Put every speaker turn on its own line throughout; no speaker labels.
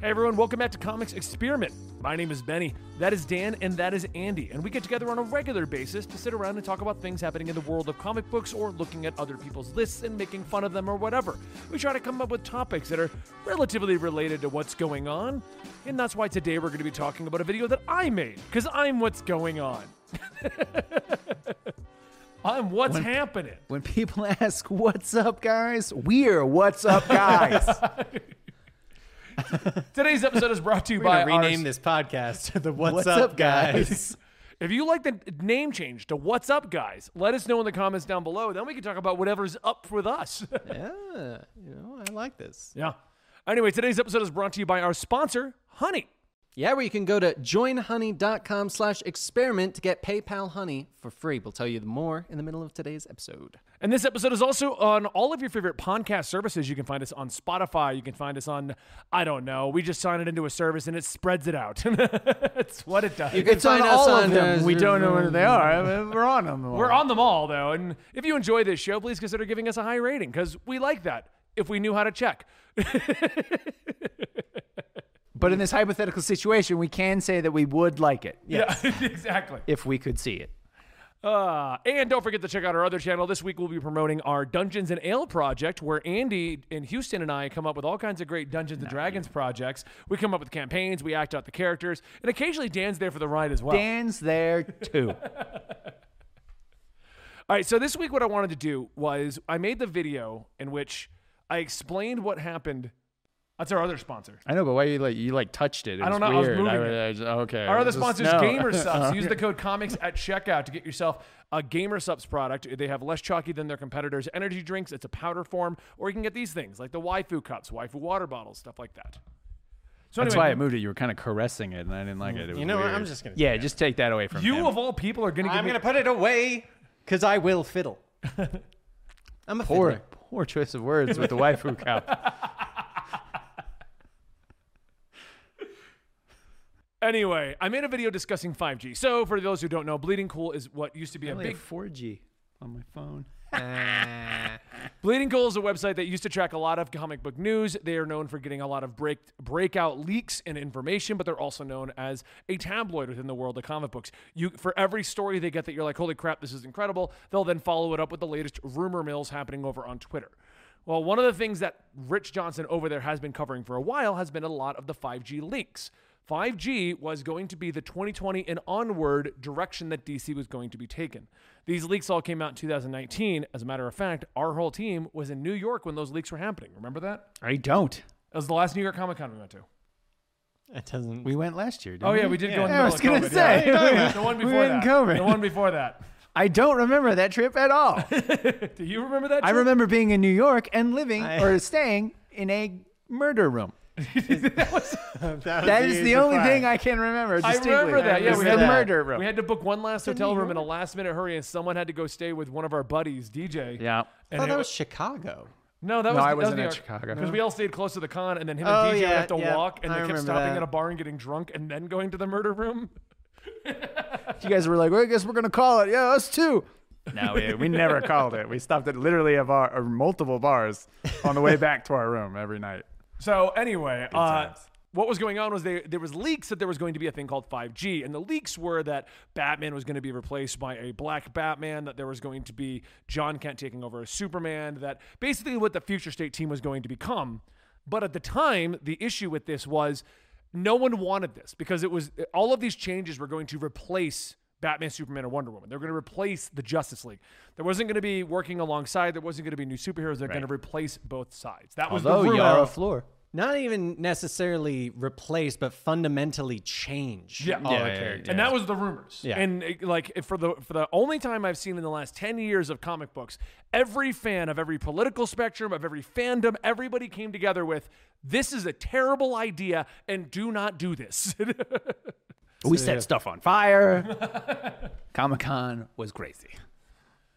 Hey everyone, welcome back to Comics Experiment. My name is Benny, that is Dan, and that is Andy, and we get together on a regular basis to sit around and talk about things happening in the world of comic books or looking at other people's lists and making fun of them or whatever. We try to come up with topics that are relatively related to what's going on, and that's why today we're going to be talking about a video that I made, because I'm what's going on. I'm what's happening.
When people ask, "What's up, guys?" We're "What's up, guys."
Today's episode is brought to you by
gonna
our-
rename this podcast to the What's,
What's
Up,
up,
Guys.
If you like the name change to What's Up Guys, let us know in the comments down below. Then we can talk about whatever's up with us.
yeah, you know, Oh, I like this.
yeah. Anyway, today's episode is brought to you by our sponsor, Honey.
Yeah, where you can go to joinhoney.com slash experiment to get PayPal Honey for free. We'll tell you more in the middle of today's episode.
And this episode is also on all of your favorite podcast services. You can find us on Spotify. You can find us on, I don't know, we just sign it into a service and it spreads it out. That's what it does.
it's on
find us
all
on,
of them.
uh,
we don't know where they are. I mean, We're on them. All.
We're on them all, though. And if you enjoy this show, please consider giving us a high rating because we like that if we knew how to check.
But in this hypothetical situation, we can say that we would like it
Yeah, exactly.
if we could see it.
Uh, and don't forget to check out our other channel. This week we'll be promoting our Dungeons and Ale project, where Andy and Houston and I come up with all kinds of great Dungeons and Dragons projects. We come up with campaigns, we act out the characters, and occasionally Dan's there for the ride as well.
Dan's there too.
All right, so this week what I wanted to do was I made the video in which I explained what happened. That's our other sponsor.
I know, but why you like you like touched it?
I don't was know, I was weird. moving I- it.
okay.
Our other sponsors, GamerSubs. Use the code comics at checkout to get yourself a GamerSubs product. They have less chalky than their competitors. Energy drinks, it's a powder form, or you can get these things like the waifu cups, waifu water bottles, stuff like that. So
That's why I
anyway,
moved it. You were kind of caressing it, and I didn't like it. It was
You know what?
weird.
I'm just going to
Yeah, just take that away from
you
him.
of all people are going to give
I'm
me.
going to put it away because I will fiddle. I'm a
poor,
fiddler.
poor choice of words with the waifu cup.
Anyway, I made a video discussing 5G. So for those who don't know, bleeding cool is what used to be a big
4G on my phone.
Bleeding Cool is a website that used to track a lot of comic book news. They are known for getting a lot of break breakout leaks and information, but they're also known as a tabloid within the world of comic books. You for every story they get that you're like, holy crap, this is incredible, they'll then follow it up with the latest rumor mills happening over on Twitter. Well, one of the things that Rich Johnson over there has been covering for a while has been a lot of the 5G leaks. 5G was going to be the 2020 and onward direction that DC was going to be taken. These leaks all came out in 2019. As a matter of fact, our whole team was in New York when those leaks were happening. Remember that?
I don't.
That was the last New York Comic Con we went to.
It doesn't.
We went last year. Didn't
Oh
we?
yeah, we did go in the middle
Yeah, I was
of
gonna
COVID.
say.
yeah. the one
We
before
were in
that.
COVID.
The one before that.
I don't remember that trip at all.
Do you remember that?
I
trip?
remember being in New York and living
I-
or staying in a murder room.
that
That is the only thing I can remember.
I
Distinctly.
remember that. Yeah,
It's
we
the
had to-
murder room.
We had to book one last hotel room in a last minute hurry, and someone had to go stay with one of our buddies, DJ.
Yeah.
I
And
thought
it
that
was-
was Chicago.
No, that
No,
was
I
that was
wasn't
New
at
York.
Chicago.
because we all stayed close to the con, and then him
Oh,
and DJ would
yeah,
have to
yeah.
walk, and
I
they kept
remember
stopping
that.
at a bar and getting drunk, and then going to the murder room.
You guys were like, well, I guess we're gonna call it. Yeah, us too.
No, we, we never called it. We stopped at literally a bar or multiple bars on the way back to our room every night.
So anyway, uh,
times.
what was going on was they, there was leaks that there was going to be a thing called 5G, and the leaks were that Batman was going to be replaced by a black Batman, that there was going to be John Kent taking over as Superman, that basically what the future state team was going to become. But at the time, the issue with this was no one wanted this because it was all of these changes were going to replace Batman, Superman, or Wonder Woman. They're going to replace the Justice League. There wasn't going to be working alongside. There wasn't going to be new superheroes. They're going to replace both sides. That was the rumor.
Floor.
Not even necessarily replace, but fundamentally change
Yeah. Oh,
all
Yeah,
the
yeah,
characters.
and that was the rumors.
Yeah.
And it- like it- for the for the only time I've seen in the last ten years of comic books, every fan of every political spectrum of every fandom, everybody came together with this is a terrible idea and do not do this.
We set stuff on fire. Comic Con was crazy.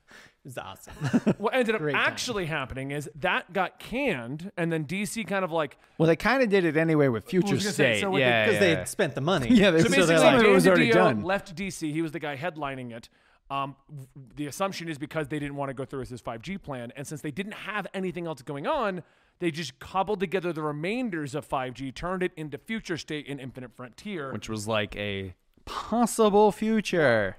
It was awesome.
what ended up
time.
actually happening is that got canned, and then DC kind of like
Well, they kind of did it anyway with
I
Future
was gonna say,
State.
so with the-
yeah,
Because
yeah,
they
yeah.
had spent the money.
yeah. They,
So
so
basically,
some of it
Dan
was already
DiDio
done.
left DC. He was the guy headlining it. Um, w- the assumption is because they didn't want to go through with his 5G plan, and since they didn't have anything else going on, They just cobbled together the remainders of 5G, turned it into Future State and Infinite Frontier.
which was like a possible future.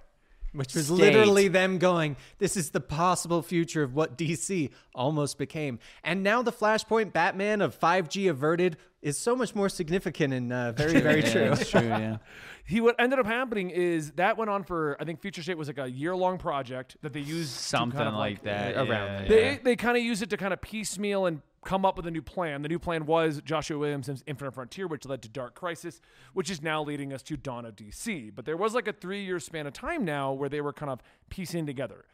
Which was
State.
literally them going, this is the possible future of what DC almost became. And now the Flashpoint Batman of 5G averted is so much more significant and uh, very, very true.
It's true, yeah.
he what ended up happening is that went on for I think Future State was like a year long project that they used to
Something
kind of
like that.
around
yeah,
there.
They
yeah.
they kind of used it to kind of piecemeal and come up with a new plan. The new plan was Joshua Williamson's Infinite Frontier, which led to Dark Crisis, which is now leading us to Dawn of DC. But there was like a three year span of time now where they were kind of piecing together.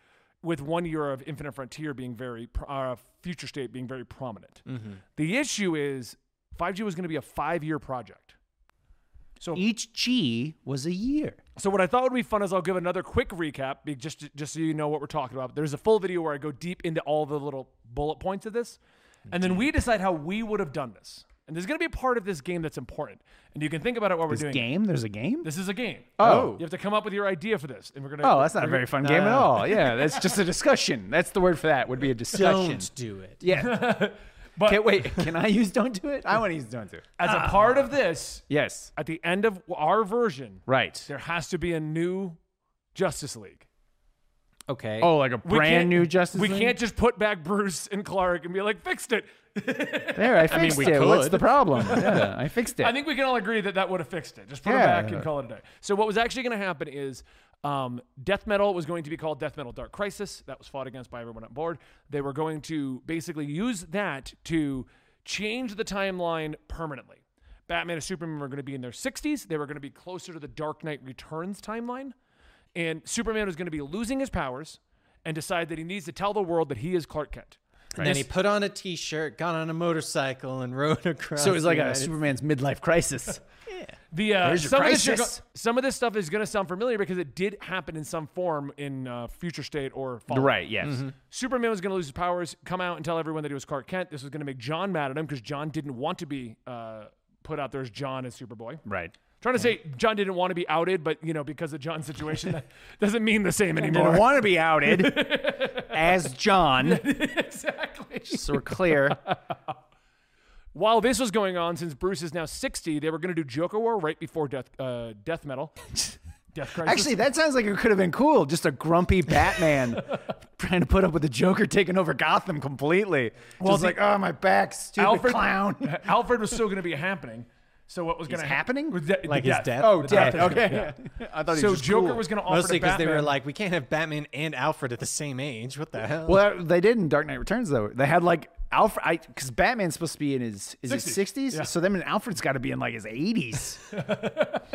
With one year of Infinite Frontier being very, pro- uh, Future State being very prominent.
Mm-hmm.
The issue is 5G was going to be a five year project. So
Each G was a year.
so what I thought would be fun is I'll give another quick recap, be- just just so you know what we're talking about. There's a full video where I go deep into all the little bullet points of this, and then we decide how we would have done this. And there's going to be a part of this game that's important, and you can think about it while we're
This
doing. it.
game? There's a game?
This is a game.
Oh.
you have to come up with your idea for this, and we're gonna.
Oh, that's not a very fun game at
Nah.
all. Yeah, that's just a discussion. That's the word for that. Would be a discussion.
Don't do it.
Yeah.
But-
Can't wait. Can I use don't do it? I want to use don't do it.
as a part of this.
Yes.
At the end of our version,
Right.
there has to be a new Justice League.
Okay.
Oh, like a
We can't-
brand new Justice
We
League?
can't just put back Bruce and Clark and be like, fixed it.
There, I fixed
mean, we
it. What's
could.
the problem? Yeah, I fixed it.
I think we can all agree that that would have fixed it. Just put
Yeah.
it back and call it a day. So what was actually going to happen is um, death metal was going to be called death metal dark crisis. That was fought against by everyone on board. They were going to basically use that to change the timeline permanently. Batman and Superman were going to be in their 60s. They were going to be closer to the Dark Knight Returns timeline. And Superman was going to be losing his powers and decide that he needs to tell the world that he is Clark Kent.
and then he put on a t shirt, got on a motorcycle, and rode across.
so it was
the
like a
United-
Superman's midlife crisis.
The uh,
There's your
some, of this you're
crisis.
go- some of this stuff is going to sound familiar because it did happen in some form in uh, Future State or Fallout.
right, yes.
Superman was going to lose his powers, come out and tell everyone that he was Clark Kent. This was going to make John mad at him because John didn't want to be uh, put out there as John as Superboy.
Right.
Trying to say John didn't want to be outed, but you know because of John's situation, that doesn't mean the same
Didn't
anymore.
want to be outed as John.
exactly.
So we're clear.
While this was going on, since Bruce is now sixty, they were going to do Joker War right before Death uh, Death Metal. Death Crisis.
Actually, that sounds like it could have been cool. Just a grumpy Batman trying to put up with the Joker taking over Gotham completely. just
the-
like, oh, my back, stupid clown.
Alfred was still going to be happening. So what was going to
He's happening?
Like his death?
oh,
The
dead.
death is
Okay.
gonna-
I thought he
So
was just
Joker
cool.
was going to offer
Mostly
to
because they
Batman-
were like, we can't have Batman and Alfred at the same age. What the hell?
Well, they did in Dark Knight Returns though. They had like Alfred, because Batman's supposed to be in his is
60s,
his sixties.
yeah.
So then Alfred's got to be in like his eighties.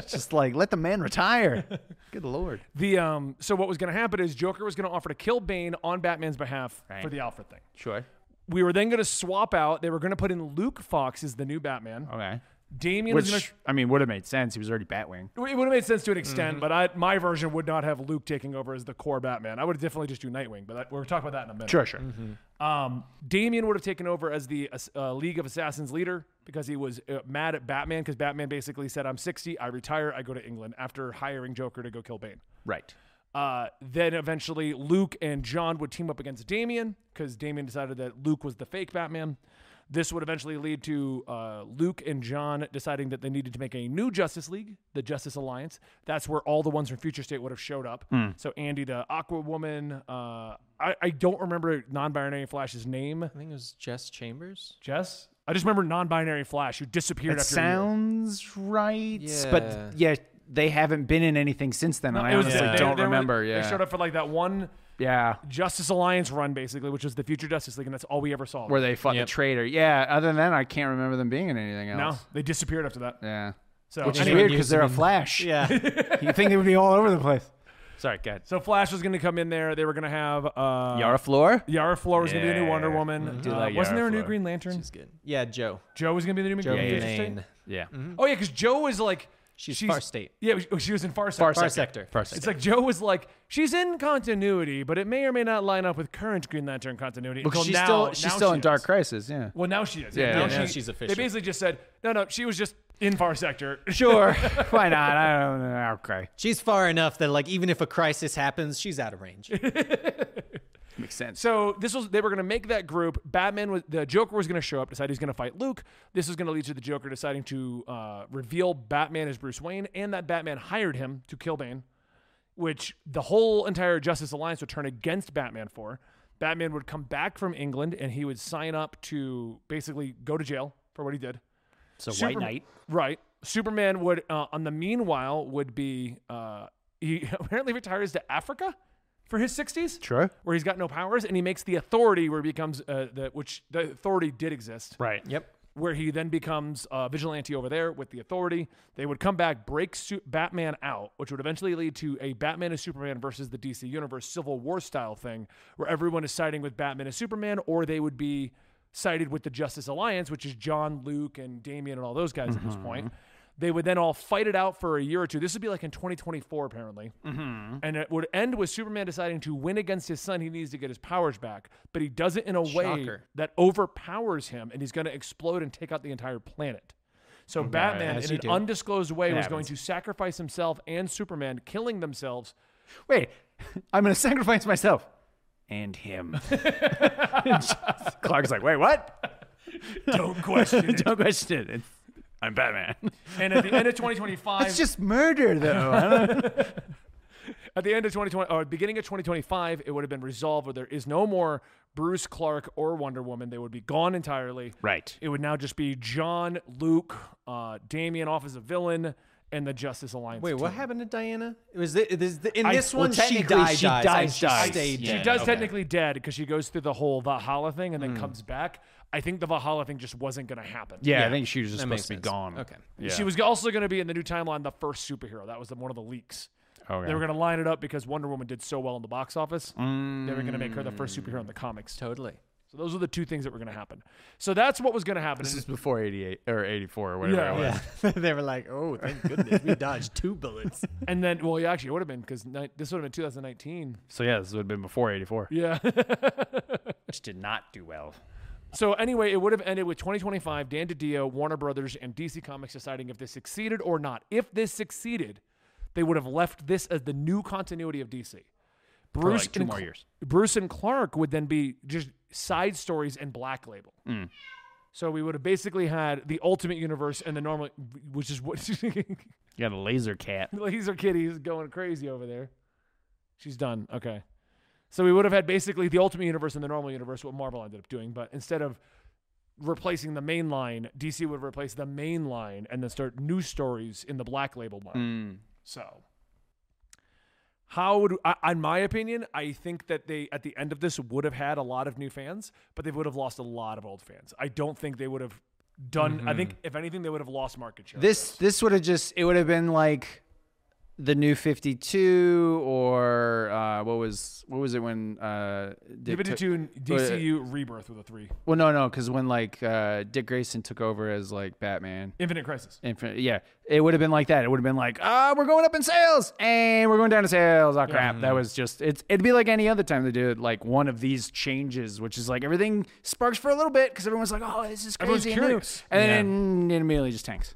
just like let the man retire. Good lord.
the um. So what was going to happen is Joker was going to offer to kill Bane on Batman's behalf for the Alfred thing.
Sure.
We were then going to swap out. They were going to put in Luke Fox as the new Batman.
Oh.
Okay.
Damien was
Which
going to.
I mean would have made sense. He was already Batwing.
It would have made sense to an extent,
Mm-hmm.
but I, my version would not have Luke taking over as the core Batman. I would have definitely just do Nightwing, but that, we're talking about that in a minute.
Sure. Sure.
Um, Damien would have taken over as the uh, League of Assassins leader because he was uh, mad at Batman because Batman basically said, I'm 60, I retire, I go to England after hiring Joker to go kill Bane.
Right.
Uh, then eventually Luke and John would team up against Damien because Damien decided that Luke was the fake Batman. This would eventually lead to uh, Luke and John deciding that they needed to make a new Justice League, the Justice Alliance. That's where all the ones from Future State would have showed up. So Andy, the Aqua Woman, uh, I, I don't remember non-binary Flash's name.
I think it was Jess Chambers.
Jess, I just remember non-binary Flash who disappeared
It
after
sounds right, but yeah, they haven't been in anything since then,
a
and
year.
I honestly
they-
don't
they were-
remember. yeah.
they showed up for like that one
Yeah.
Justice Alliance run, basically, which was the Future Justice League, and that's all we ever saw.
Where they fought the traitor. Yeah. Other than that, I can't remember them being in anything
No,
else.
they disappeared after that.
Yeah.
So
Which is
anyway,
weird because they're a Flash.
Yeah.
You think they would be all over the place?
Sorry, God.
so Flash was going to come in there. They were going to have uh,
Yara Floor.
Yara Floor was going to be a new Wonder
Yeah. Mm-hmm.
Woman.
Do
Uh,
like
wasn't
Yara
there a new
Fleur.
Green Lantern?
She's good. Yeah, Joe.
Joe was going to be the new
Joe
Green
yeah,
Lantern.
Yeah.
Oh yeah, because Joe is like
She's Far State.
Yeah, she- oh, she was in Far State.
Far Sector. Far
It's like Joe was like she's in continuity, but it may or may not line up with current Green Lantern continuity.
Because
until
she's
now,
still she's
now
still
she
in Dark
is.
Crisis. Yeah.
Well, now she is.
Yeah,
now
yeah,
now
she-
she's
They
official.
basically just said no, no. She was just in Far Sector.
Sure. Why not? I don't know. Okay.
She's far enough that like even if a crisis happens, she's out of range.
makes sense.
So this was they were going to make that group. Batman was the Joker was going to show up, decide he's going to fight Luke. This was going to lead to the Joker deciding to uh, reveal Batman as Bruce Wayne, and that Batman hired him to kill Bane, which the whole entire Justice Alliance would turn against Batman for. Batman would come back from England and he would sign up to basically go to jail for what he did.
So White
Superm-
Knight.
Right. Superman would, uh, on the meanwhile, would be uh, he apparently retires to Africa for his sixties.
True.
Where he's got no powers, and he makes the Authority, where he becomes uh, the which the Authority did exist.
Right.
Yep.
Where he then becomes uh, vigilante over there with the Authority. They would come back, break Su- Batman out, which would eventually lead to a Batman and Superman versus the DC Universe Civil War style thing, where everyone is siding with Batman and Superman, or they would be sided with the Justice Alliance, which is John, Luke, and Damian, and all those guys at this point. They would then all fight it out for a year or two. This would be like in 2024, apparently. And it would end with Superman deciding to win against his son. He needs to get his powers back, but he does it in a way
Shocker.
that overpowers him, and he's going to explode and take out the entire planet. So Batman,
As
in
you
an
do.
undisclosed way, was going to sacrifice himself and Superman, killing themselves.
Wait, I'm going to sacrifice myself and him.
Clark's like, wait, what?
Don't question
Don't question it. It's- I'm Batman.
and at the end of 2025,
It's just murder, though. I don't-
at the end of 2020 or beginning of 2025, it would have been resolved where there is no more Bruce Clark or Wonder Woman. They would be gone entirely.
right.
It would now just be John, Luke, uh, Damien off as a villain, and the Justice Alliance.
Wait, what
team.
happened to Diana? It was thi- this, the, in
I-
this
well,
one she
technically
died,
she
dies,
dies,
and she
dies.
stayed.
She
Yeah,
does
okay.
technically dead because she goes through the whole Valhalla thing and then comes back. I think the Valhalla thing just wasn't going to happen.
Yeah, I
Yeah,
think she was just
That makes
supposed to be
sense.
gone.
Okay.
Yeah.
She was also going to be in the new timeline, the first superhero. That was the, one of the leaks.
Okay.
They were going to line it up because Wonder Woman did so well in the box office. They were going to make her the first superhero in the comics.
Totally.
So those were the two things that were going to happen. So that's what was going to happen.
This is before 88 or 84 or whatever
Yeah.
it was.
Yeah. they were like, oh, thank goodness we dodged two bullets.
and then, well, yeah, actually, it would have been because ni- this would have been 2019.
So yeah, this would have been before 84.
Yeah.
Which did not do well.
So anyway, it would have ended with 2025, Dan DiDio, Warner Brothers, and DC Comics deciding if this succeeded or not. If this succeeded, they would have left this as the new continuity of DC. Bruce
two
and
more
Cl-
years.
Bruce and Clark would then be just side stories and Black Label.
Mm.
So we would have basically had the Ultimate Universe and the normal, which is what
You got a laser cat.
Laser Kitty's going crazy over there. She's done. Okay. So we would have had basically the Ultimate Universe and the normal universe, what Marvel ended up doing, but instead of replacing the main line, DC would replace the main line and then start new stories in the black label
Mm.
line. So how would I, in my opinion, I think that they at the end of this would have had a lot of new fans, but they would have lost a lot of old fans. I don't think they would have done I think if anything they would have lost market share.
This this would have just it would have been like the new 52 or uh, what was what was it when uh Dick
Give it
took- Oh,
to
but-
DCU rebirth with a three.
well no no because when like uh, Dick Grayson took over as like Batman
Infinite Crisis.
Infinite, yeah it would have been like that it would have been like ah we're going up in sales and we're going down in sales oh crap that was just it's it'd be like any other time they do it like one of these changes which is like everything sparks for a little bit because everyone's like oh this is
Everyone's
crazy and new."
curious.
and then it immediately just tanks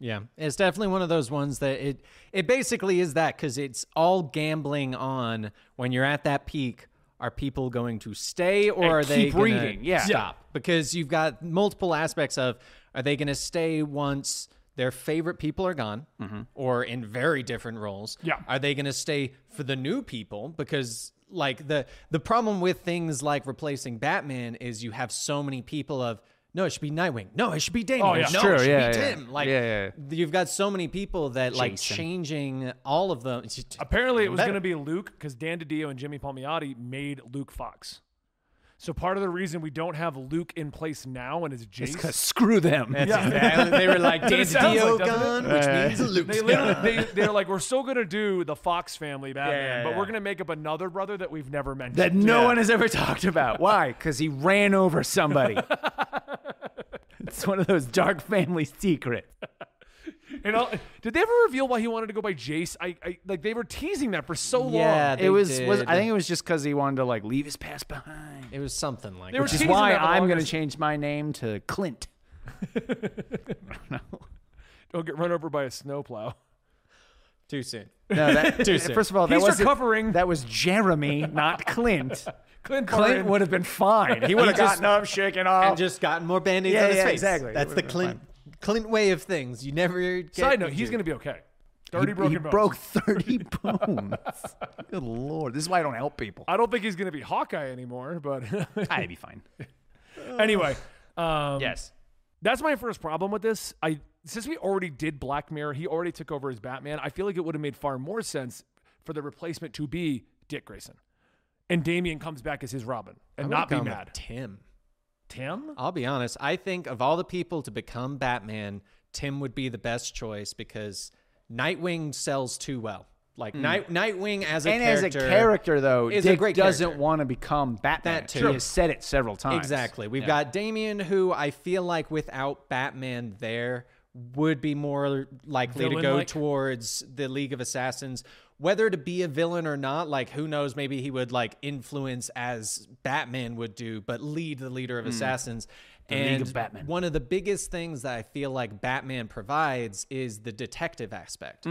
Yeah, it's definitely one of those ones that it it basically is that because it's all gambling on when you're at that peak. Are people going to stay or are they
keep
gonna
reading, yeah.
stop? Because you've got multiple aspects of are they going to stay once their favorite people are gone
Mm-hmm.
or in very different roles?
Yeah.
Are they going to stay for the new people? Because like the the problem with things like replacing Batman is you have so many people of no, it should be Nightwing. No, it should be Damon.
Oh, yeah.
no,
True,
it should
yeah,
be
yeah.
Tim. Like
Yeah, yeah, yeah.
you've got so many people that like
Jason.
changing all of them.
Apparently, it was
Better.
going to be Luke because Dan DiDio and Jimmy Palmiotti made Luke Fox. So part of the reason we don't have Luke in place now and is
because
Jace.
screw them
Exactly. They were like
what it
Dan
sounds
Dio
like, doesn't
gone, which means Luke's
They literally they, they're like we're still going to do the Fox family Batman,
yeah,
but
yeah.
we're going to make up another brother that we've never mentioned.
that no one has ever talked about. Why? Because he ran over somebody. it's one of those dark family secrets.
And I'll- did they ever reveal why he wanted to go by Jace? I, I like they were teasing that for so
Yeah,
long.
they
it was, was.
did.
I think it was just because he wanted to like leave his past behind.
It was something like
They were
that.
Which is
teasing
why
that the
I'm going to
longest.
change my name to Clint.
Don't get run over by a snowplow.
Too soon.
No, that,
Too soon.
first of all, that
He's
wasn't-
recovering.
That was Jeremy, not Clint.
Clint,
Clint
Barton.
would have been fine. He would have
just-
gotten up, shaken off.
and just gotten more band-aids
Yeah,
on his
yeah,
face.
exactly.
That's the
Would've been
Clint Clint way of things. You never get
Side note, he's
injured.
going to be okay. Thirty
he
broken bones.
broke 30 bones. Good lord. This is why I don't help people.
I don't think he's going to be Hawkeye anymore, but
I'd be fine.
anyway, um,
Yes.
that's my first problem with this. I since we already did Black Mirror, he already took over as Batman. I feel like it would have made far more sense for the replacement to be Dick Grayson, and Damien comes back as his Robin and
I'm
not be
gonna go with
mad.
Tim.
Tim,
I'll be honest. I think of all the people to become Batman, Tim would be the best choice because Nightwing sells too well. Like Night Nightwing as a
Hmm. and as
character.
a character, though,
is
Dick
a great
doesn't
character.
want to become Batman.
That too.
He has said it several times.
Exactly. We've got Damien, who I feel like without Batman there would be more likely to go
Villain-like?
towards the League of Assassins. Whether to be a villain or not, like who knows, maybe he would like influence as Batman would do, but lead the leader
Hmm.
of assassins. and
of Batman.
one of the biggest things that I feel like Batman provides is the detective aspect.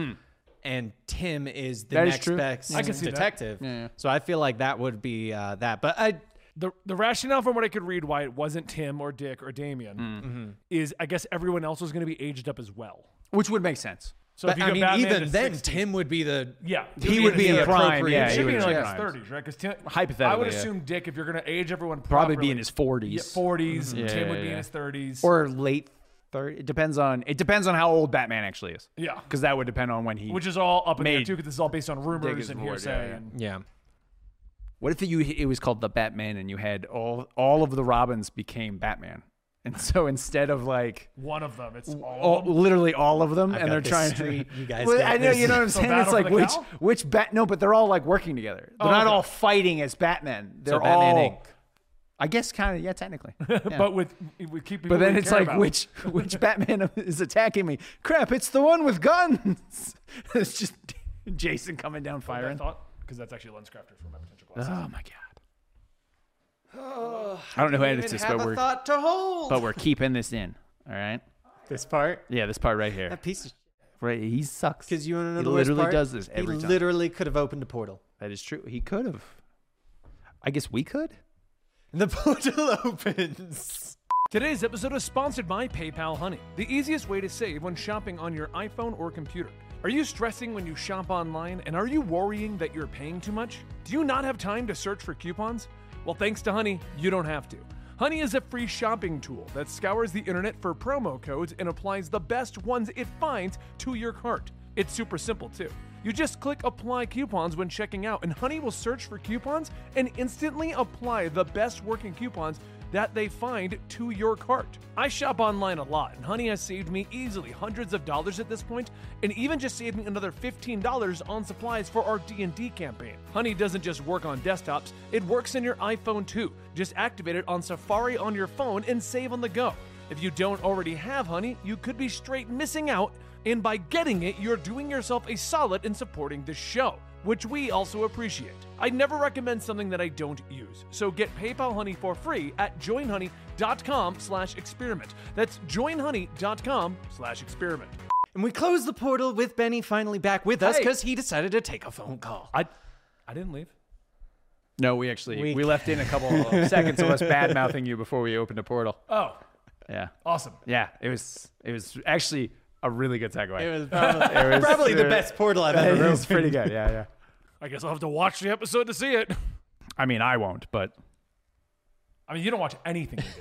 And Tim is the
That is
next
true.
best
Hmm. I can see that.
detective. So I feel like that would be uh, that. But I
the the rationale from what I could read why it wasn't Tim or Dick or Damien is I guess everyone else was going to be aged up as well.
Which would make sense.
So if
But
you
I
go
mean,
Batman
even
to
then,
60
Tim would be the
yeah,
he would be in
the
the
prime,
appropriate.
yeah, he
should be in
would-
like
yeah.
his thirties, right? Because Tim,
Hypothetically,
I would
yeah.
assume Dick, if you're going to age everyone,
Probably be
properly-
in his 40s.
Yeah, 40s. Tim would be
Mm-hmm. yeah.
in his 30s.
Or late 30. It depends on it depends on how old Batman actually is.
Yeah.
Because that would depend on when he.
which is all up in the air
Made.
too, because this is all based on rumors
is
and
bored,
hearsay.
yeah, yeah.
And,
yeah.
what if you it was called the Batman and you had all all of the Robins became Batman, and so instead of like
One of them. It's all.
all,
of them.
literally all of them,
I've
and
got
they're
this
trying
street.
to.
You guys
Well,
got
I know
this.
you know what I'm
So
saying.
Battle
It's
for
like
the
which
Cow?
which bat? No, but they're all like working together. They're
Oh,
not
okay.
all fighting as Batman. They're
So Batman
all.
Inc.
I guess kind of yeah, technically. Yeah.
But with with keep.
But then it's like which which Batman is attacking me? Crap! It's the one with guns. it's just Jason coming down firing.
Because that's actually lens crafter from my potential class.
Oh my god!
Oh,
I don't know who edits this, but we're
thought to hold.
but we're keeping this in. All right.
this part,
Yeah, this part right here.
that piece of
Right, he sucks.
because you want to know
he
the worst
literally
part?
does this every
he
time.
literally could have opened a portal.
That is true. He could have. I guess we could.
And the portal opens.
Today's episode is sponsored by PayPal Honey, the easiest way to save when shopping on your iPhone or computer. Are you stressing when you shop online and are you worrying that you're paying too much? Do you not have time to search for coupons? Well, thanks to Honey, you don't have to. Honey is a free shopping tool that scours the internet for promo codes and applies the best ones it finds to your cart. It's super simple, too. You just click apply coupons when checking out, and Honey will search for coupons and instantly apply the best working coupons that they find to your cart. I shop online a lot, and Honey has saved me easily hundreds of dollars at this point, and even just saved me another $15 on supplies for our D&D campaign. Honey doesn't just work on desktops, it works in your iPhone too. Just activate it on Safari on your phone and save on the go. If you don't already have Honey, you could be straight missing out, and by getting it, you're doing yourself a solid in supporting this show, which we also appreciate. I never recommend something that I don't use, so get PayPal Honey for free at joinhoney.com slash experiment. That's joinhoney.com slash experiment.
And we close the portal with Benny finally back with us
Hey.
because he decided to take a phone call.
I, I didn't leave.
No, we actually
We-
we, left in a couple of seconds of us bad mouthing you before we opened a portal.
Oh,
Yeah,
awesome.
yeah. It was it was actually a really good segue.
It was probably,
It was-
probably the
it-
best portal I've
It
ever
was
opened.
pretty good. Yeah, yeah.
I guess I'll have to watch the episode to see it.
I mean, I won't, but
I mean, you don't watch anything you do.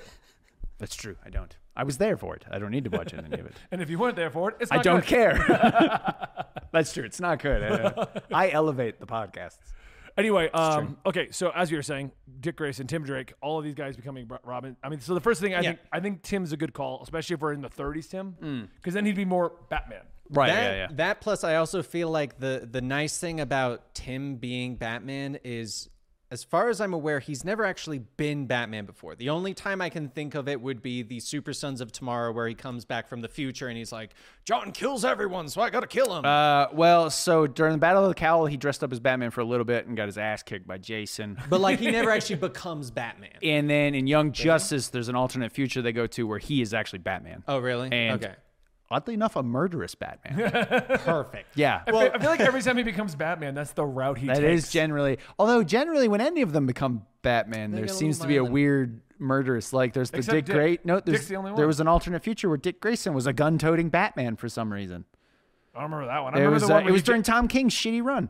that's true. I don't. I was there for it. I don't need to watch any of it.
And if you weren't there for it, it's
I
not
don't
good.
care. that's true. It's not good. I, I elevate the podcasts.
Anyway, um, okay. So as you were saying, Dick Grayson, Tim Drake, all of these guys becoming Ro- Robin. I mean, so the first thing I
Yeah.
think I think Tim's a good call, especially if we're in the 30s, Tim, because then he'd be more Batman.
Right.
that, that plus I also feel like the the nice thing about Tim being Batman is as far as I'm aware, he's never actually been Batman before. The only time I can think of it would be the Super Sons of Tomorrow, where he comes back from the future and he's like, John kills everyone, so I gotta kill him.
Uh, well, so during the Battle of the Cowl, he dressed up as Batman for a little bit and got his ass kicked by Jason.
but like he never actually becomes Batman.
and then in Young Justice, there's an alternate future they go to where he is actually Batman.
Oh, really?
And
okay.
oddly enough, a murderous Batman.
Perfect.
yeah.
I, feel, I feel like every time he becomes Batman, that's the route he
That
takes.
is generally, although generally when any of them become Batman, there
get a
seems to
little
be a
violent.
weird murderous. Like there's the
Except
Dick,
Dick.
Gray. No, there's,
Dick's the only
there
one.
was an alternate future where Dick Grayson was a gun-toting Batman for some reason.
I don't remember that one. I
It
remember
was
the
uh,
one.
it
where
was
he
during Tom King's shitty run.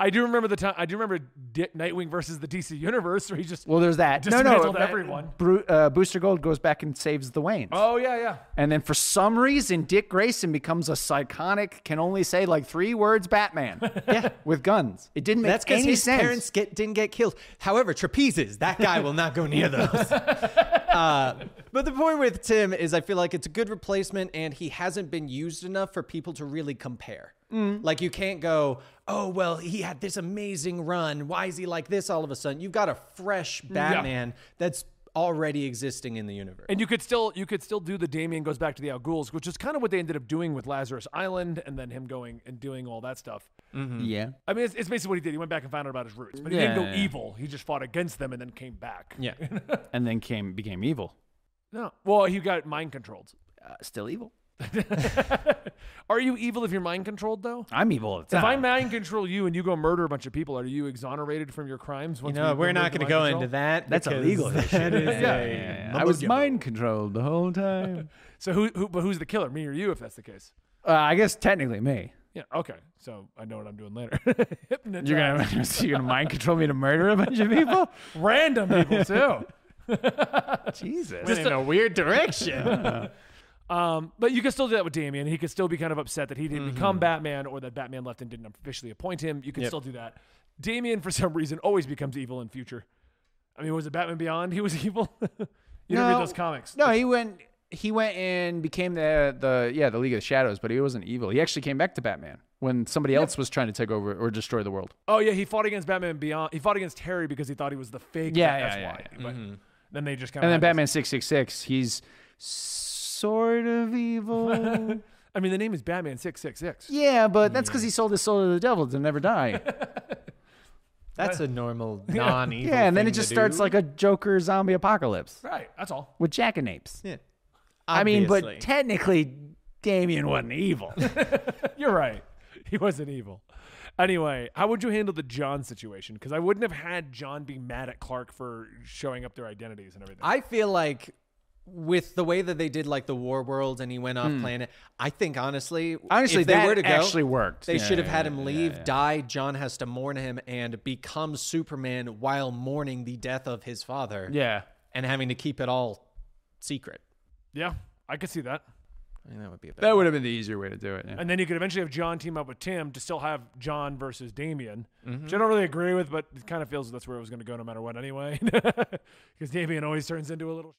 I do remember the time. I do remember Di- Nightwing versus the DC Universe, where he just.
Well, there's that. No, no,
Dismantled
uh,
everyone.
Bru- uh, Booster Gold goes back and saves the Waynes.
oh yeah, yeah.
And then for some reason, Dick Grayson becomes a psychotic, can only say like three words Batman. yeah. With guns. It didn't make
That's because
any
his
sense.
parents get, didn't get killed. However, trapezes, that guy will not go near those. Uh, but the point with Tim is I feel like it's a good replacement and he hasn't been used enough for people to really compare.
Mm.
Like you can't go, oh, well, he had this amazing run. Why is he like this all of a sudden? You've got a fresh Batman that's already existing in the universe.
And you could still you could still do the Damien goes back to the Al Ghul's, which is kind of what they ended up doing with Lazarus Island, and then him going and doing all that stuff.
Yeah.
I mean, it's, it's basically what he did. He went back and found out about his roots, but he didn't
Yeah.
go evil. He just fought against them and then came back.
yeah.
And then came became evil.
No. Well, he got mind controlled.
Uh, still evil.
Are you evil if you're mind controlled though?
I'm evil all the time.
If I mind control you and you go murder a bunch of people, are you exonerated from your crimes? Once
No,
we
we're not
remove
going to
the
go
mind
into
control?
that.
That's
because
illegal.
That is a-
I was mind controlled the whole time.
So who, who but who's the killer? Me or you? If that's the case.
uh, I guess technically me.
Yeah. Okay. So I know what I'm doing later. Hypnotize.
You're gonna so you're gonna mind control me to murder a bunch of people?
random people too.
Jesus.
in a weird direction.
Um, but you can still do that with Damien. He could still be kind of upset that he didn't
Mm-hmm.
become Batman or that Batman left and didn't officially appoint him. You can still do that. Damien, for some reason, always becomes evil in future. I mean, was it Batman Beyond? He was evil. you don't read those comics.
No, he went he went and became the the yeah, the League of the Shadows, but he wasn't evil. He actually came back to Batman when somebody else was trying to take over or destroy the world.
Oh yeah, he fought against Batman Beyond. He fought against Terry because he thought he was the fake.
Yeah,
Bat-
yeah,
that's
yeah, Mm-hmm.
why. But then they just kind
And
of
then Batman 666, he's sort of evil.
I mean, the name is Batman Six Six Six.
yeah, but that's because he sold his soul to the devil to never die.
That's a normal non-evil.
yeah, and then it
thing to
just starts
do.
like a Joker zombie apocalypse
Right. That's all.
with jackanapes.
Yeah.
I mean,
Obviously.
but technically, Damien wasn't evil.
You're right. He wasn't evil. Anyway, how would you handle the John situation? Because I wouldn't have had John be mad at Clark for showing up their identities and everything.
I feel like with the way that they did like the war world and he went off planet, I think honestly,
Hmm. Honestly,
if they
that
were to go,
actually worked.
They
Yeah,
should have
yeah,
had him leave, die. John has to mourn him and become Superman while mourning the death of his father
yeah.
and having to keep it all secret.
yeah, I could see that.
I mean, that would be a bit.
That would have been the easier way to do it. yeah.
And then you could eventually have John team up with Tim to still have John versus Damien,
Mm-hmm.
which I don't really agree with, but it kind of feels that's where it was going to go no matter what anyway. Because Damien always turns into a little.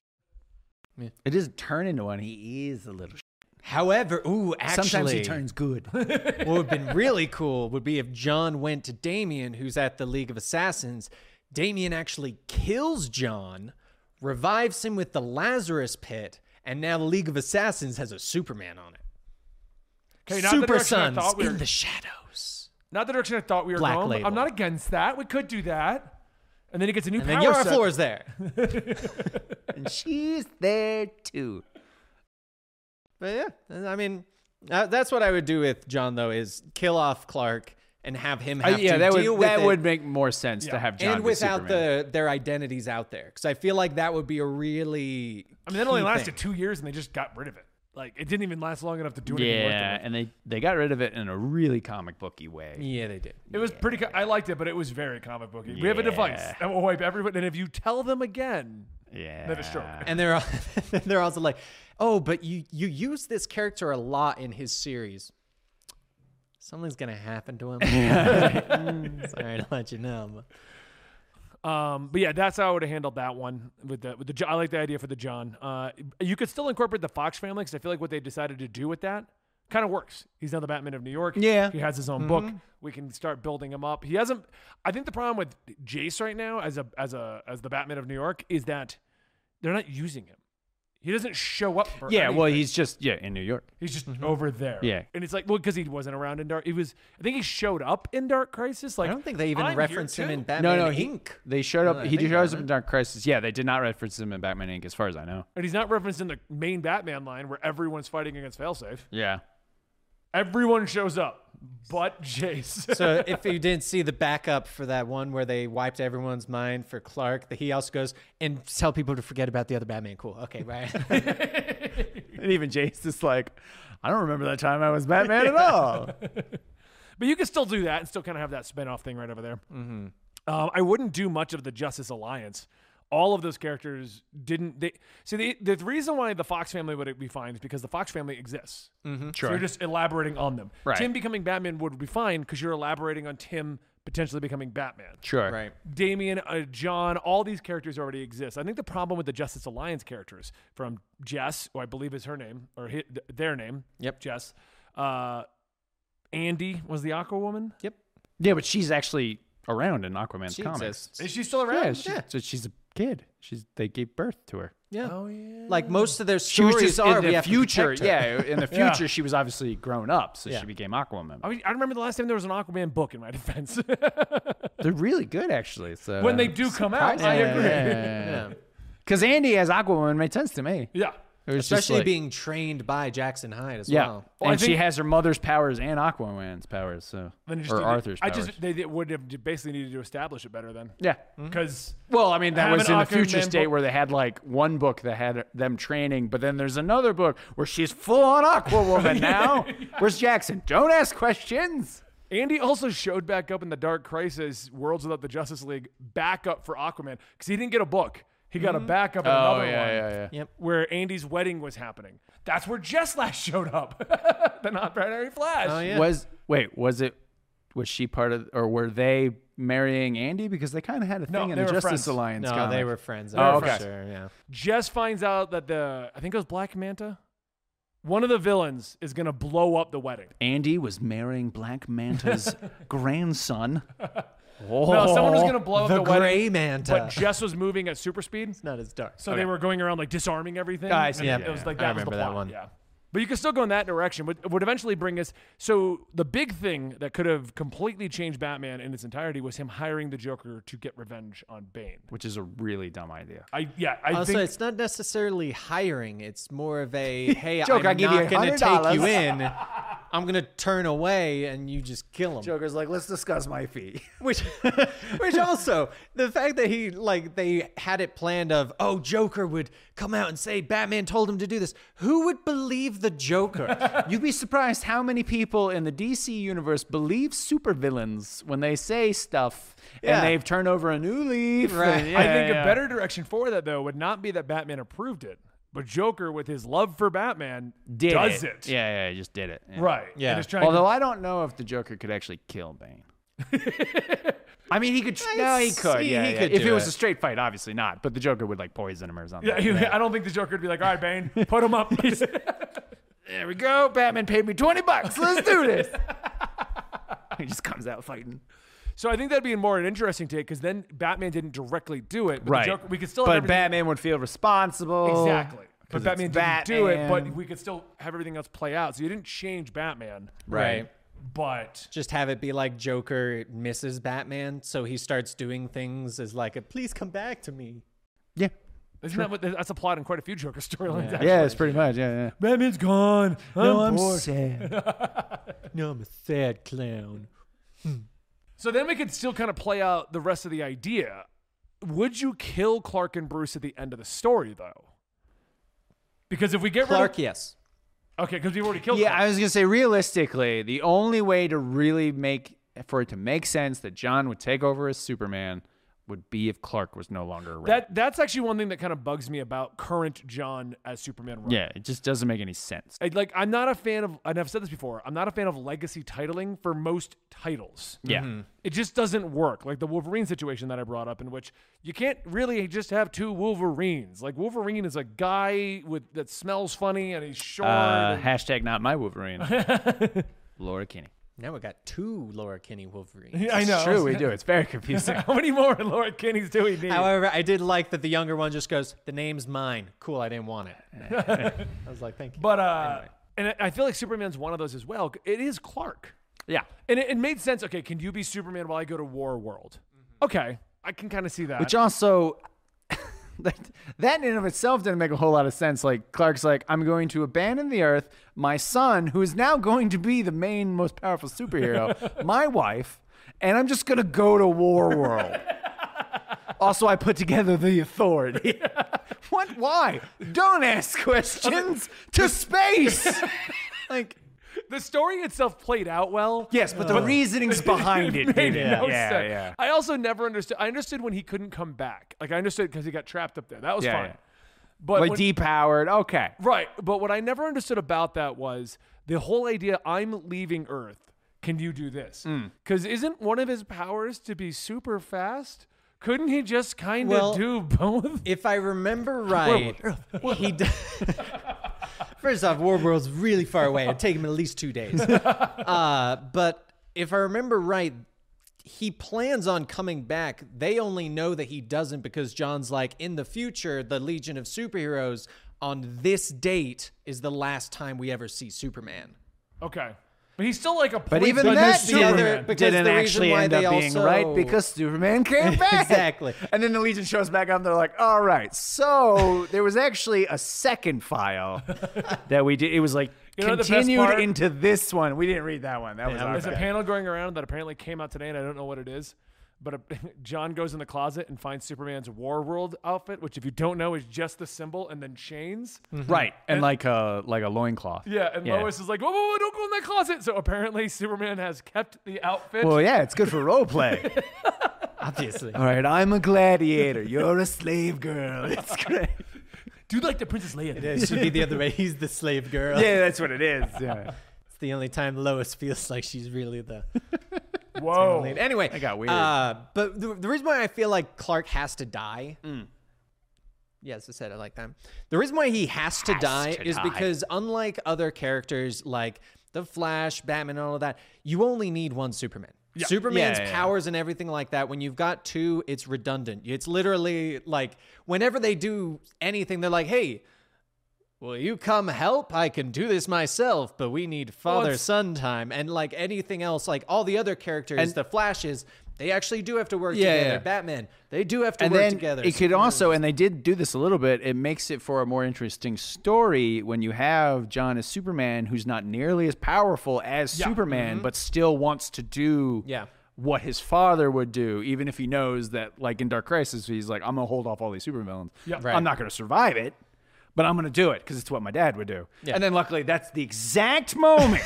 It doesn't turn into one. He is a little. sh-
However, ooh, actually,
Sometimes he turns good.
what would have been really cool would be if John went to Damien, who's at the League of Assassins. Damien actually kills John, revives him with the Lazarus pit, and now the League of Assassins has a Superman on it.
Okay, not the
Super
direction I
Sons
thought we
in
were-
the shadows.
Not the direction I thought we were
Black
going. but I'm
Label.
not against that. We could do that. And then he gets a new
And
power
then Yara
set.
Floor's there.
and she's there too.
But yeah, I mean, uh, that's what I would do with John though is kill off Clark and have him
Uh,
have
yeah,
to
that
deal
would
with
that
it
would make more sense
Yeah.
to have John
and
be
without
Superman.
the their identities out there because I feel like that would be a really.
I mean, that only lasted two years and they just got rid of it. Like, it didn't even last long enough to do anything worth it
Yeah,
with.
and they they got rid of it in a really comic booky way.
Yeah, they did.
It was pretty. co- I liked it, but it was very comic booky. We have a device
Yeah.
that will wipe everyone, and if you tell them again,
Yeah,
they have a stroke.
Ah.
And they're al- they're also like, oh, but you you use this character a lot in his series. Something's gonna happen to him. Mm, Sorry to let you know. but-
Um, but yeah, that's how I would have handled that one with the with the. Jo- I like the idea for the John. Uh, you could still incorporate the Fox family because I feel like what they decided to do with that kind of works. He's now the Batman of New York.
Yeah.
he has his
Mm-hmm.
own book. We can start building him up. He hasn't. I think the problem with Jace right now as a as a as the Batman of New York is that they're not using him. He doesn't show up for
Yeah, well,
anything.
he's just yeah in New York.
He's just
Mm-hmm.
over there.
Yeah.
And it's like, well, because he wasn't around in Dark. It was, I think he showed up in Dark Crisis. Like,
I don't think they even
I'm here
reference him
too.
in Batman
No, no, he,
Inc.
They showed
No,
up.
I
he
think
shows
not,
up in Dark Crisis. Yeah, they did not reference him in Batman Inc. As far as I know.
And he's not referenced in the main Batman line where everyone's fighting against Failsafe.
Yeah.
Everyone shows up, but Jace.
so if you didn't see the backup for that one where they wiped everyone's mind for Clark, that he also goes and tell people to forget about the other Batman. Cool. Okay, right.
And even Jace is like, I don't remember that time I was Batman at all.
But you can still do that and still kind of have that spin-off thing right over there. Mm-hmm. Um, I wouldn't do much of the Justice Alliance. All of those characters didn't. They see the the reason why the Fox family would be fine is because the Fox family exists. Mm-hmm. So you're just elaborating on them.
Right.
Tim becoming Batman would be fine because you're elaborating on Tim potentially becoming Batman.
Sure.
right.
Damien, uh, John, all these characters already exist. I think the problem with the Justice Alliance characters from Jess, who I believe is her name or hi- th- their name.
Yep.
Jess. Uh, Andy was the Aqua Woman.
Yep.
Yeah, but she's actually around in Aquaman's
She
comics.
exists.
Is she still around?
Yeah, she, so she's a kid. She's they gave birth to her.
Yeah. Oh yeah. Like most of their
She was
stories
just
are
in
we
the
have to
future.
protect her.
Yeah, in the
Yeah.
future she was obviously grown up, so
Yeah.
she became Aquaman.
I, mean, I remember the last time there was an Aquaman book in my defense.
Oh, They're really good actually. So uh,
when they do come out, I
Yeah,
agree.
yeah, yeah, yeah. Cuz Andy as Aquaman made sense to me.
Yeah.
It was just
Especially
like-
being trained by Jackson Hyde as
Yeah.
well.
Well, I
and she
think-
has her mother's powers and Aquaman's powers, so
Then you just
or
need to-
Arthur's
I
powers. Hmm.
just they, they would have basically needed to establish it better then,
yeah.
because
Well, I mean, that
Have
was
an
in the
Aquaman
future state
book.
where they had like one book that had them training, but then there's another book where she's full on Aquawoman now. Where's Jackson? Don't ask questions.
Andy also showed back up in the Dark Crisis Worlds Without the Justice League backup for Aquaman because he didn't get a book. He
Mm-hmm.
got a backup
Oh,
in another one
Yep.
where Andy's wedding was happening. That's where Jess last showed up. the non-binary Flash.
Oh yeah.
Was wait, was it was she part of or were they marrying Andy because they kind of had a thing
No,
in
they
the
were
Justice
friends.
Alliance
No,
comic.
they were friends.
Oh,
I'm
okay.
Sure, yeah.
Jess finds out that the I think it was Black Manta, one of the villains is gonna blow up the wedding.
Andy was marrying Black Manta's grandson.
No, someone was gonna blow up the,
Oh. the
wedding,
Gray Manta.
but Jess was moving at super speed,
Not as dark.
so they were going around like disarming everything.
I see.
and
Yeah,
it was
yeah,
like
yeah.
that
I
was the
remember that
plot,
one.
Yeah. But you could still go in that direction, would would eventually bring us. So the big thing that could have completely changed Batman in its entirety was him hiring the Joker to get revenge on Bane.
which is a really dumb idea.
I yeah, I
Also,
think
it's not necessarily hiring. It's more of a hey,
Joker, I'll
I'm
give you
not going to take
$100.
you in. I'm going to turn away, and you just kill him.
Joker's like, let's discuss my fee.
Which, which also the fact that he like they had it planned of oh Joker would come out and say Batman told him to do this. Who would believe the Joker?
You'd be surprised how many people in the DC universe believe supervillains when they say stuff
Yeah.
and they've turned over a new leaf.
Right.
and-
I think
yeah.
a better direction for that though would not be that Batman approved it, but Joker with his love for Batman
Did
does it.
it. Yeah, yeah, he just did it. yeah.
Right.
Yeah.
And is trying
Although I don't know if the Joker could actually kill Bane. I mean, he could. tr- No, he could.
see
Yeah,
he
yeah.
could
if
do
it was
it.
a straight fight, obviously not. But the Joker would like poison him or something.
to, yeah, I don't think the Joker would be like, all right, Bane, put him up.
There we go. Batman paid me twenty bucks. Let's do this. he just comes out fighting.
so I think that'd be more an interesting take because then Batman didn't directly do it. But
Right.
The Joker, we could still
but
have everything-
Batman would feel responsible.
Exactly. But
Oh, 'Cause
Batman
it's
didn't do it, but
Batman.
we could still have everything else play out. So you didn't change Batman,
Right.
but
Just have it be like Joker misses Batman, so he starts doing things as like a please come back to me.
Yeah.
isn't that what that's a plot in quite a few Joker storylines? actually.
Yeah, it's pretty much. Yeah, yeah.
Batman's gone. I'm bored.
sad.
No, I'm a sad clown.
So then we could still kind of play out the rest of the idea. Would you kill Clark and Bruce at the end of the story, though? Because if we get
Clark,
rid
yes.
of, okay, because we've already killed.
Yeah,
Clark.
I was gonna say realistically, the only way to really make for it to make sense that John would take over as Superman would be if Clark was no longer around.
that that's actually one thing that kind of bugs me about current John as Superman. Run.
yeah, it just doesn't make any sense.
I- like I'm not a fan of, and I've said this before. I'm not a fan of legacy titling for most titles.
Yeah.
It just doesn't work. Like the Wolverine situation that I brought up, in which you can't really just have two Wolverines. Like Wolverine is a guy with that smells funny and he's short.
Uh,
and-
hashtag not my Wolverine. Laura Kinney.
Now we got two Laura Kinney Wolverines.
I know.
It's true, we do. It's very confusing.
How many more Laura Kinney's do we need?
However, I did like that the younger one just goes, "The name's mine." Cool, I didn't want it. I was like, "Thank you."
But uh, and I- I feel like Superman's one of those as well. It is Clark,
yeah.
and it, it made sense. Okay, can you be Superman while I go to War World? Okay, I can kind of see that.
Mm-hmm. Which also, that, that in and of itself didn't make a whole lot of sense. Like Clark's like, I'm going to abandon the Earth. My son, who is now going to be the main, most powerful superhero, my wife, and I'm just gonna go to War World. also, I put together the Authority. what? Why? Don't ask questions to space. like.
the story itself played out well.
Yes, but the reasonings behind it.
Uh, Made
didn't.
no
yeah,
sense.
yeah.
I also never understood. I understood when he couldn't come back. Like I understood because he got trapped up there. That was
Yeah,
fine.
yeah.
But
Like
when-
depowered. Okay.
Right. But what I never understood about that was the whole idea I'm leaving Earth. Can you do this?
Mm.
Because isn't one of his powers to be super fast? Couldn't he just kind of
Well-
do both?
if I remember right, he d- first off, War World's really far away. It'd take him at least two days. Uh, but if I remember right, he plans on coming back. They only know that he doesn't because John's like, in the future, the Legion of Superheroes on this date is the last time we ever see Superman.
Okay. But he's still like a
But
point-
even
but
that
he's
the other-
Superman
because
didn't
the reason
actually
why
end
they
up being
also-
right because Superman came back.
Exactly.
And then the Legion shows back up and they're like, all right, so there was actually a second file that we did. It was like
You know the best
continued
part?
into this one. We didn't read that one. That was
There's
our
a
bad.
panel going around that apparently came out today, and I don't know what it is. But uh John goes in the closet and finds Superman's War World outfit, which, if you don't know, is just the symbol and then chains.
Right. Mm-hmm. And like a, like a loincloth.
Mm. Yeah, and Lois is like, whoa, whoa, whoa, don't go in that closet. So apparently, Superman has kept the outfit.
Well, yeah, it's good for role play.
Obviously.
all right, I'm a gladiator. You're a slave girl. It's great.
Dude, like the Princess Leia. It
It should be the other way. He's the slave girl.
Yeah, that's what it is. Yeah.
It's the only time Lois feels like she's really the
Whoa.
lead. Anyway,
That got weird.
Uh, but the, the reason why I feel like Clark has to die.
Mm.
Yes, I said it like that. The reason why he has to die
to
is
die.
because unlike other characters like the Flash, Batman, and all of that, you only need one Superman. Superman's
Yeah, yeah, yeah.
powers and everything like that. When you've got two, it's redundant. It's literally like whenever they do anything, they're like, "Hey, will you come help? I can do this myself, but we need father
it's-
son time. And like anything else, like all the other characters, the Flashes, they actually do have to work
Yeah,
together.
yeah.
Batman, they do have to
and
work
then
together.
it could also and they did do this a little bit it makes it for a more interesting story when you have john as superman who's not nearly as powerful as superman but still wants to do
Mm-hmm. Yeah.
what his father would do even if he knows that like in dark crisis he's like i'm gonna hold off all these supervillains
Yeah.
Right.
i'm not gonna survive it but i'm gonna do it because it's what my dad would do
Yeah.
and then luckily that's the exact moment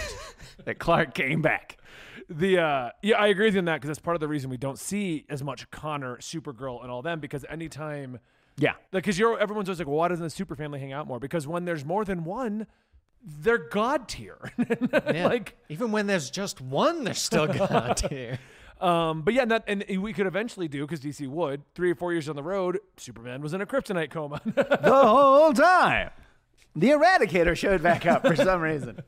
that clark came back
The uh, yeah, I agree with you on that because that's part of the reason we don't see as much Connor, Supergirl, and all them because anytime,
yeah
because you're everyone's always like, well, why doesn't the super family hang out more? Because when there's more than one, they're god tier. like,
even when there's just one, they're still God tier.
um, but yeah, and that and we could eventually do because DC would three or four years on the road, Superman was in a kryptonite coma.
the whole time the eradicator showed back up for some reason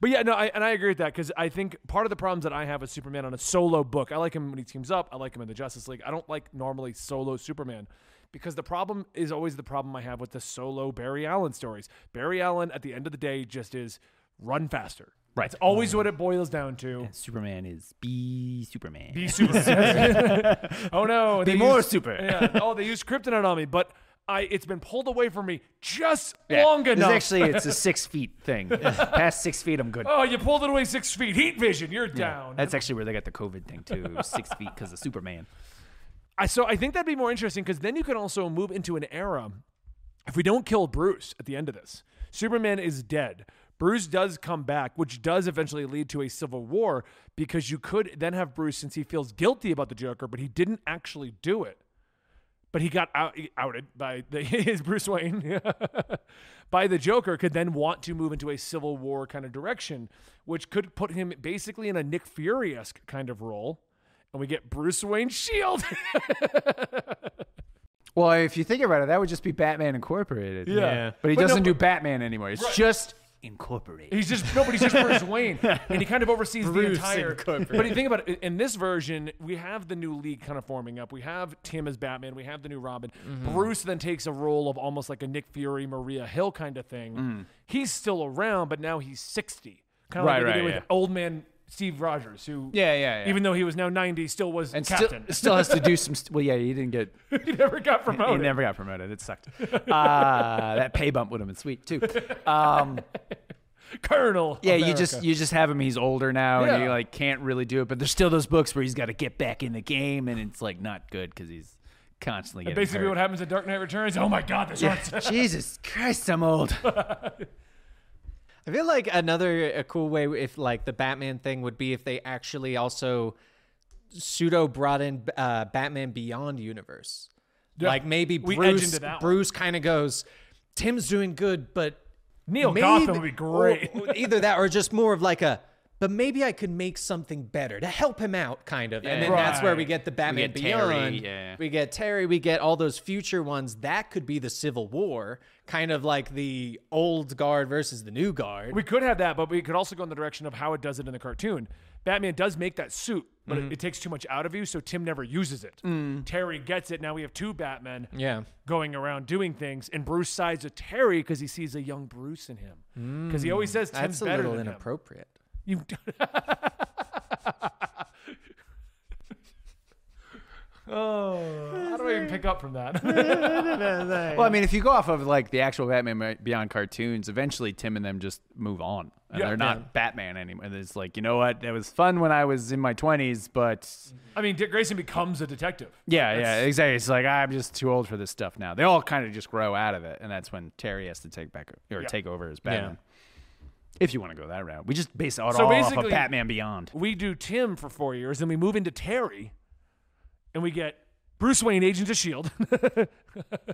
But yeah, no, I, and I agree with that because I think part of the problems that I have with Superman on a solo book, I like him when he teams up. I like him in the Justice League. I don't like normally solo Superman because the problem is always the problem I have with the solo Barry Allen stories. Barry Allen, at the end of the day, just is run faster.
Right.
It's always what it boils down to.
Superman is be Superman.
Be Superman. oh no. Be
more super.
yeah. Oh, they used kryptonite on me, but I it's been pulled away from me just long
This is
enough.
actually it's a six feet thing. Past six feet, I'm good.
oh, you pulled it away six feet. Heat vision. You're down.
That's actually where they got the COVID thing too. Six feet because of Superman.
I so I think that'd be more interesting because then you could also move into an era. If we don't kill Bruce at the end of this, Superman is dead. Bruce does come back, which does eventually lead to a civil war because you could then have Bruce since he feels guilty about the Joker, but he didn't actually do it. But he got out, outed by the, his Bruce Wayne by the Joker, could then want to move into a civil war kind of direction, which could put him basically in a Nick Fury esque kind of role. And we get Bruce Wayne Shield.
Well, if you think about it, that would just be Batman Incorporated.
Yeah.
But he
But no,
doesn't do
but-
Batman anymore. It's just Incorporated.
He's just no, but he's just Bruce Wayne, and he kind of oversees the
Bruce
entire.
Incorporated.
But you think about it, in this version, we have the new league kind of forming up. We have Tim as Batman. We have the new Robin.
Mm-hmm.
Bruce then takes a role of almost like a Nick Fury, Maria Hill kind of thing. He's still around, but now he's sixty, kind of
Mm. Right,
like they did
right,
with
yeah.
old man Steve Rogers, who
Yeah, yeah, yeah.
even though he was now ninety, still was
and still,
captain.
still has to do some. St- well, yeah, he didn't get.
he never got promoted.
He never got promoted. It sucked. Uh, that pay bump would have been sweet too. Um,
Colonel.
yeah, you
America.
just you just have him. He's older now, and
Yeah.
he like can't really do it. But there's still those books where he's got to get back in the game, and it's like not good because he's constantly getting
basically
hurt.
what happens in Dark Knight Returns. Oh my God, this hurts.
Jesus Christ, I'm old.
I feel like another a cool way if like the Batman thing would be if they actually also pseudo brought in uh, Batman Beyond universe. Like maybe
we edge
Bruce
into that one.
Bruce kind of goes, Tim's doing good, but
Neil
maybe,
Gotham would be great.
Oh,
or- or either that or just more of like a but maybe I could make something better to help him out, kind of. and then that's where we
Right.
get the Batman
get Terry,
Beyond.
yeah.
We get Terry, we get all those future ones. That could be the Civil War, kind of like the old guard versus the new guard.
We could have that, but we could also go in the direction of how it does it in the cartoon. Batman does make that suit, but
Mm-hmm.
it, it takes too much out of you, so Tim never uses it.
Mm.
Terry gets it. Now we have two Batmen
Yeah.
going around doing things, and Bruce sides with Terry because he sees a young Bruce in him. Because he always says Tim's
Mm. That's a
better
little
than him.
inappropriate.
You- oh, how do I even pick up from that?
Well, I mean, if you go off of like the actual Batman Beyond cartoons, eventually Tim and them just move on, and
Yeah.
they're not Batman anymore. And It's like you know what? It was fun when I was in my twenties, but
I mean, Dick Grayson becomes a detective.
yeah, yeah, exactly. It's like I'm just too old for this stuff now. They all kind of just grow out of it, and that's when Terry has to take back or
Yeah.
take over as Batman. If you want to go that route, we just base it all
So
off of
basically-
Batman Beyond.
we do Tim for four years, then we move into Terry, and we get Bruce Wayne, Agents of Shield. E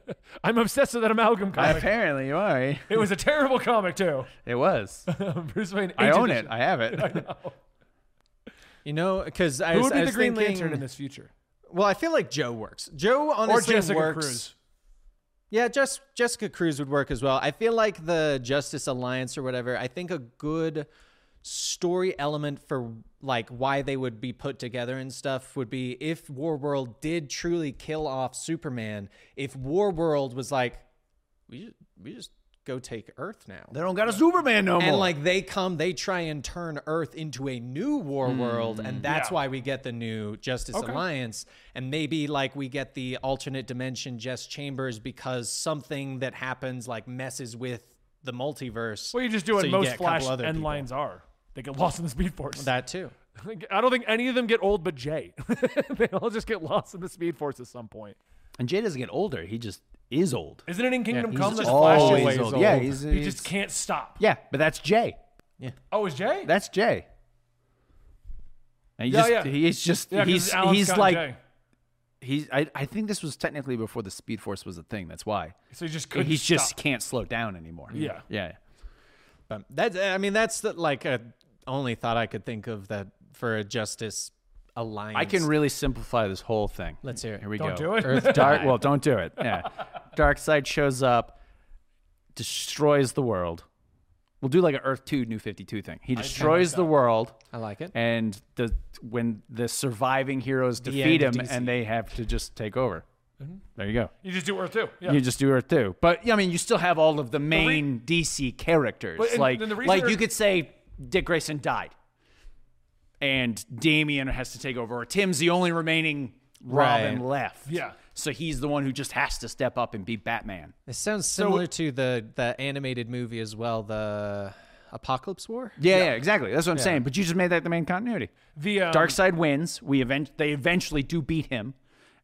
I'm obsessed with that amalgam comic.
Apparently, you are. eh?
it was a terrible comic too.
It was.
Bruce Wayne.
I
Agent
own
of
it.
Shield.
I have it.
You know, because I
Who
was,
would be
I
the
was
Green
thinking,
Lantern in this future?
Well, I feel like Joe works. Joe
Or
honestly
Jessica
works.
Cruz?
Yeah, just Jessica Cruz would work as well. I feel like the Justice Alliance or whatever. I think a good story element for like why they would be put together and stuff would be if War World did truly kill off Superman. If War World was like, we just, we just go take Earth now.
they don't got a Superman no
and like they come they try and turn earth into a new
Mm,
war world and that's
Yeah.
why we get the new justice alliance and maybe like we get the alternate dimension jess chambers because something that happens like messes with the multiverse
Well, you're just doing
so you
most
get a couple
Flash
other
end
people.
lines are. They get lost in the Speed Force.
that too
I don't think any of them get old, but Jay. they all just get lost in the Speed Force at some point.
and Jay doesn't get older. He just is old.
Isn't it in Kingdom
he's
Come that
just
Flash is-
always old.
Yeah, he's,
He
he's-
just can't stop.
yeah, but that's Jay.
Oh, is Jay?
That's Jay. And he
Yeah,
just,
yeah.
He's just
yeah, 'cause
he's
Alan
he's
Scott and
like
Jay.
he's. I, I think this was technically before the Speed Force was a thing. That's why
so he just
he
couldn't
just
stop.
can't slow down anymore.
Yeah.
yeah.
but that's i mean that's the, like a only thought i could think of that for a justice alliance
I can really simplify this whole thing.
Let's hear it.
Here we
Don't
go.
do it.
Earth dark. Well, don't do it. Yeah. dark side shows up, destroys the world. We'll do like an Earth Two New Fifty Two thing. He destroys the world.
i like it
and the when the surviving heroes
end
defeat
of
him
DC.
and they have to just take over.
Mm-hmm.
There you go.
You just do Earth too. Yeah.
You just do Earth too. But yeah, I mean, you still have all of the main DC characters.
But- and-
like
and the reason
like
Earth-
you could say Dick Grayson died, and Damian has to take over, or Tim's the only remaining Robin
Right.
left.
Yeah.
So he's the one who just has to step up and be Batman.
it sounds similar to the the animated movie as well the apocalypse war
Yeah, yeah, exactly. That's what I'm saying. But you just made that the main continuity.
The um,
Dark Side wins. We event- they eventually do beat him,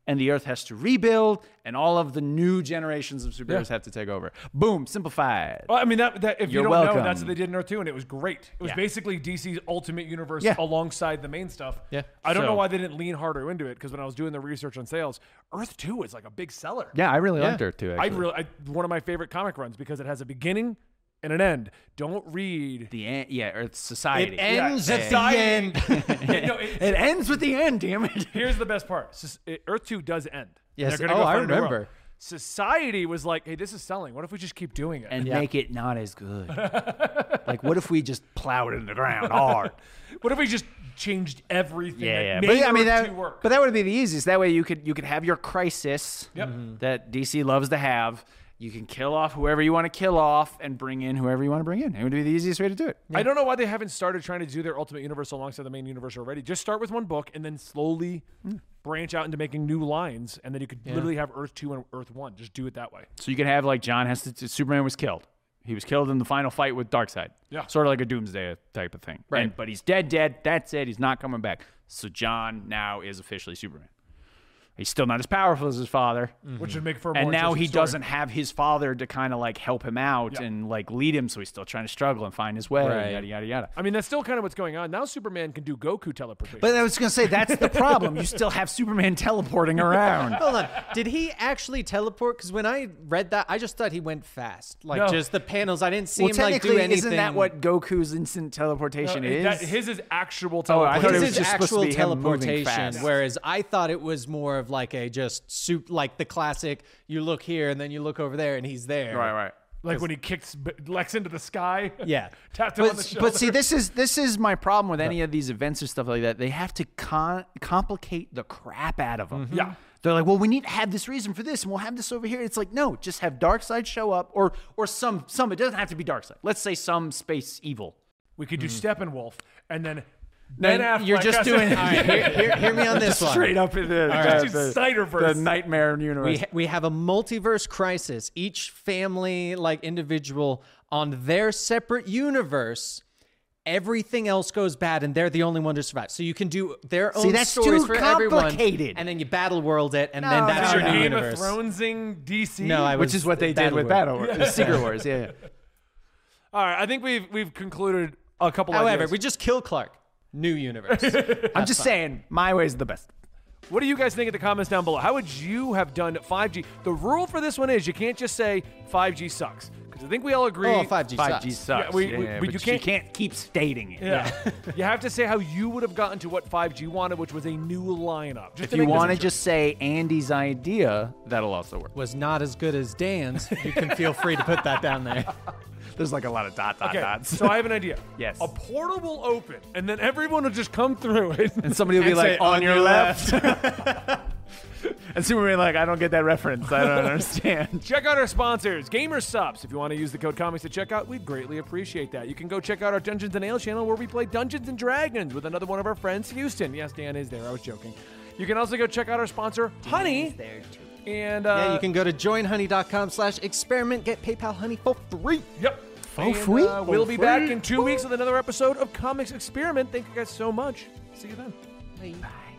and the Earth has to rebuild, and all of the new generations of superheroes have to take over. Boom, simplified.
Well, I mean that, that if you
You're
don't know, that's
welcome.
what they did in Earth Two, and it was great. It was
Yeah.
basically DC's Ultimate Universe
Yeah.
alongside the main stuff.
Yeah.
I don't know
So-
why they didn't lean harder into it because when I was doing the research on sales, Earth Two is like a big seller.
yeah, I really
Yeah.
liked Earth too.
I
Actually.
really I, one of my favorite comic runs because it has a beginning and an end. Don't read.
the end. Yeah, Earth society.
It ends at the
Society.
end.
Yeah, no, it-
It ends with the end. Damn it.
here's the best part: Sus- it- Earth Two does end.
Yes.
They're gonna
Oh,
go
I
find a new world.
remember.
Society was like, hey, this is selling. What if we just keep doing it?
and make it not as good. like, what if we just plowed it in the ground hard?
what if we just changed everything?
yeah, yeah.
that
But
made
I mean,
Earth
that,
two work?
but that would be the easiest. That way, you could you could have your crisis
Yep. Mhm.
that DC loves to have. You can kill off whoever you want to kill off and bring in whoever you want to bring in. It would be the easiest way to do it.
I don't know why they haven't started trying to do their Ultimate Universe alongside the main universe already. Just start with one book and then slowly branch out into making new lines, and then you could literally have Earth Two and Earth One. Just do it that way.
So you could have like John has to. Superman was killed. He was killed in the final fight with Darkseid.
Yeah.
Sort of like a Doomsday uh, type of thing. Right. but he's dead, dead. That's it. He's not coming back. So John now is officially Superman. He's still not as powerful as his father.
Which would make for a
Mm-hmm. and
more
now
interesting
he
story.
doesn't have his father to kind of like help him out
Yeah.
and like lead him, so he's still trying to struggle and find his way.
Right.
Yada yada yada.
I mean, that's still kind of what's going on now. Superman can do Goku teleportation.
But I was gonna say that's the problem. You still have Superman teleporting around.
Hold on. Did he actually teleport? Because when I read that, I just thought he went fast. Like
No.
just the panels. I didn't see
well,
him like do
technically,
anything.
isn't that what Goku's instant teleportation
Uh,
is?
that- his is actual
Oh, I
teleportation.
thought it
His
was
is
just supposed to
actual
be him moving
teleportation,
fast.
whereas I thought it was more of like a just soup, like the classic. You look here and then you look over there, and he's there.
Right, right.
like when he kicks B- Lex into the sky.
Yeah.
tapped him on the
but,
shoulder.
but see, this is this is my problem with any of these events or stuff like that. They have to con- complicate the crap out of them.
Yeah.
They're like, well, we need to have this reason for this, and we'll have this over here. It's like, no, just have Darkseid show up, or or some some. It doesn't have to be Darkseid. Let's say some space evil.
We could do
Mm.
Steppenwolf, and then Ben Affleck.
You're just
has-
doing. All right, hear, hear- hear me on this one.
Straight up in the,
right.
the, the,
Snyderverse.
the nightmare universe.
We, ha- we have a multiverse crisis. Each family, like individual, on their separate universe, everything else goes bad, and they're the only one to survive. So you can do their own
that's
stories
too
for everyone,
complicated.
and then you battle world it, and then that's
Your
your new
Game of
universe.
Thronesing DC.
No, I was,
Which is what they did
Battle
with
World.
Battle Wars, Secret Wars. Yeah, yeah.
All right, I think we've we've concluded a couple.
However,
ideas.
we just kill Clark. New universe.
I'm just saying, my way is the best.
What do you guys think in the comments down below? How would you have done 5G? The rule for this one is you can't just say 5G sucks because I think we all agree.
oh, 5G,
Five G
sucks.
sucks.
Yeah, we- we- but you can't-
keep stating it.
Yeah. you have to say how you would have gotten to what 5G wanted, which was a new lineup. Just
If you want to just say Andy's idea, that'll also work.
Was not as good as Dan's. You can feel free to put that down there.
There's like a lot of dot, dot,
Okay,
dots.
so I have an idea.
Yes.
A portal will open, and then everyone will just come through it.
And somebody will be like, on your left.
and Superman like, I don't get that reference. I don't understand.
Check out our sponsors, Gamer Subs. If you want to use the code comics at checkout, we'd greatly appreciate that. You can go check out our Dungeons and Nails channel where we play Dungeons and Dragons with another one of our friends, Houston. Yes, Dan is there. I was joking. You can also go check out our sponsor, Honey. there too. And uh,
yeah, you can go to joinhoney.com slash experiment, get PayPal honey for free.
Yep. And,
Oh, free?
uh, we'll be
For
back in two weeks with another episode of Comics Experiment. Thank you guys so much. See you then.
Bye.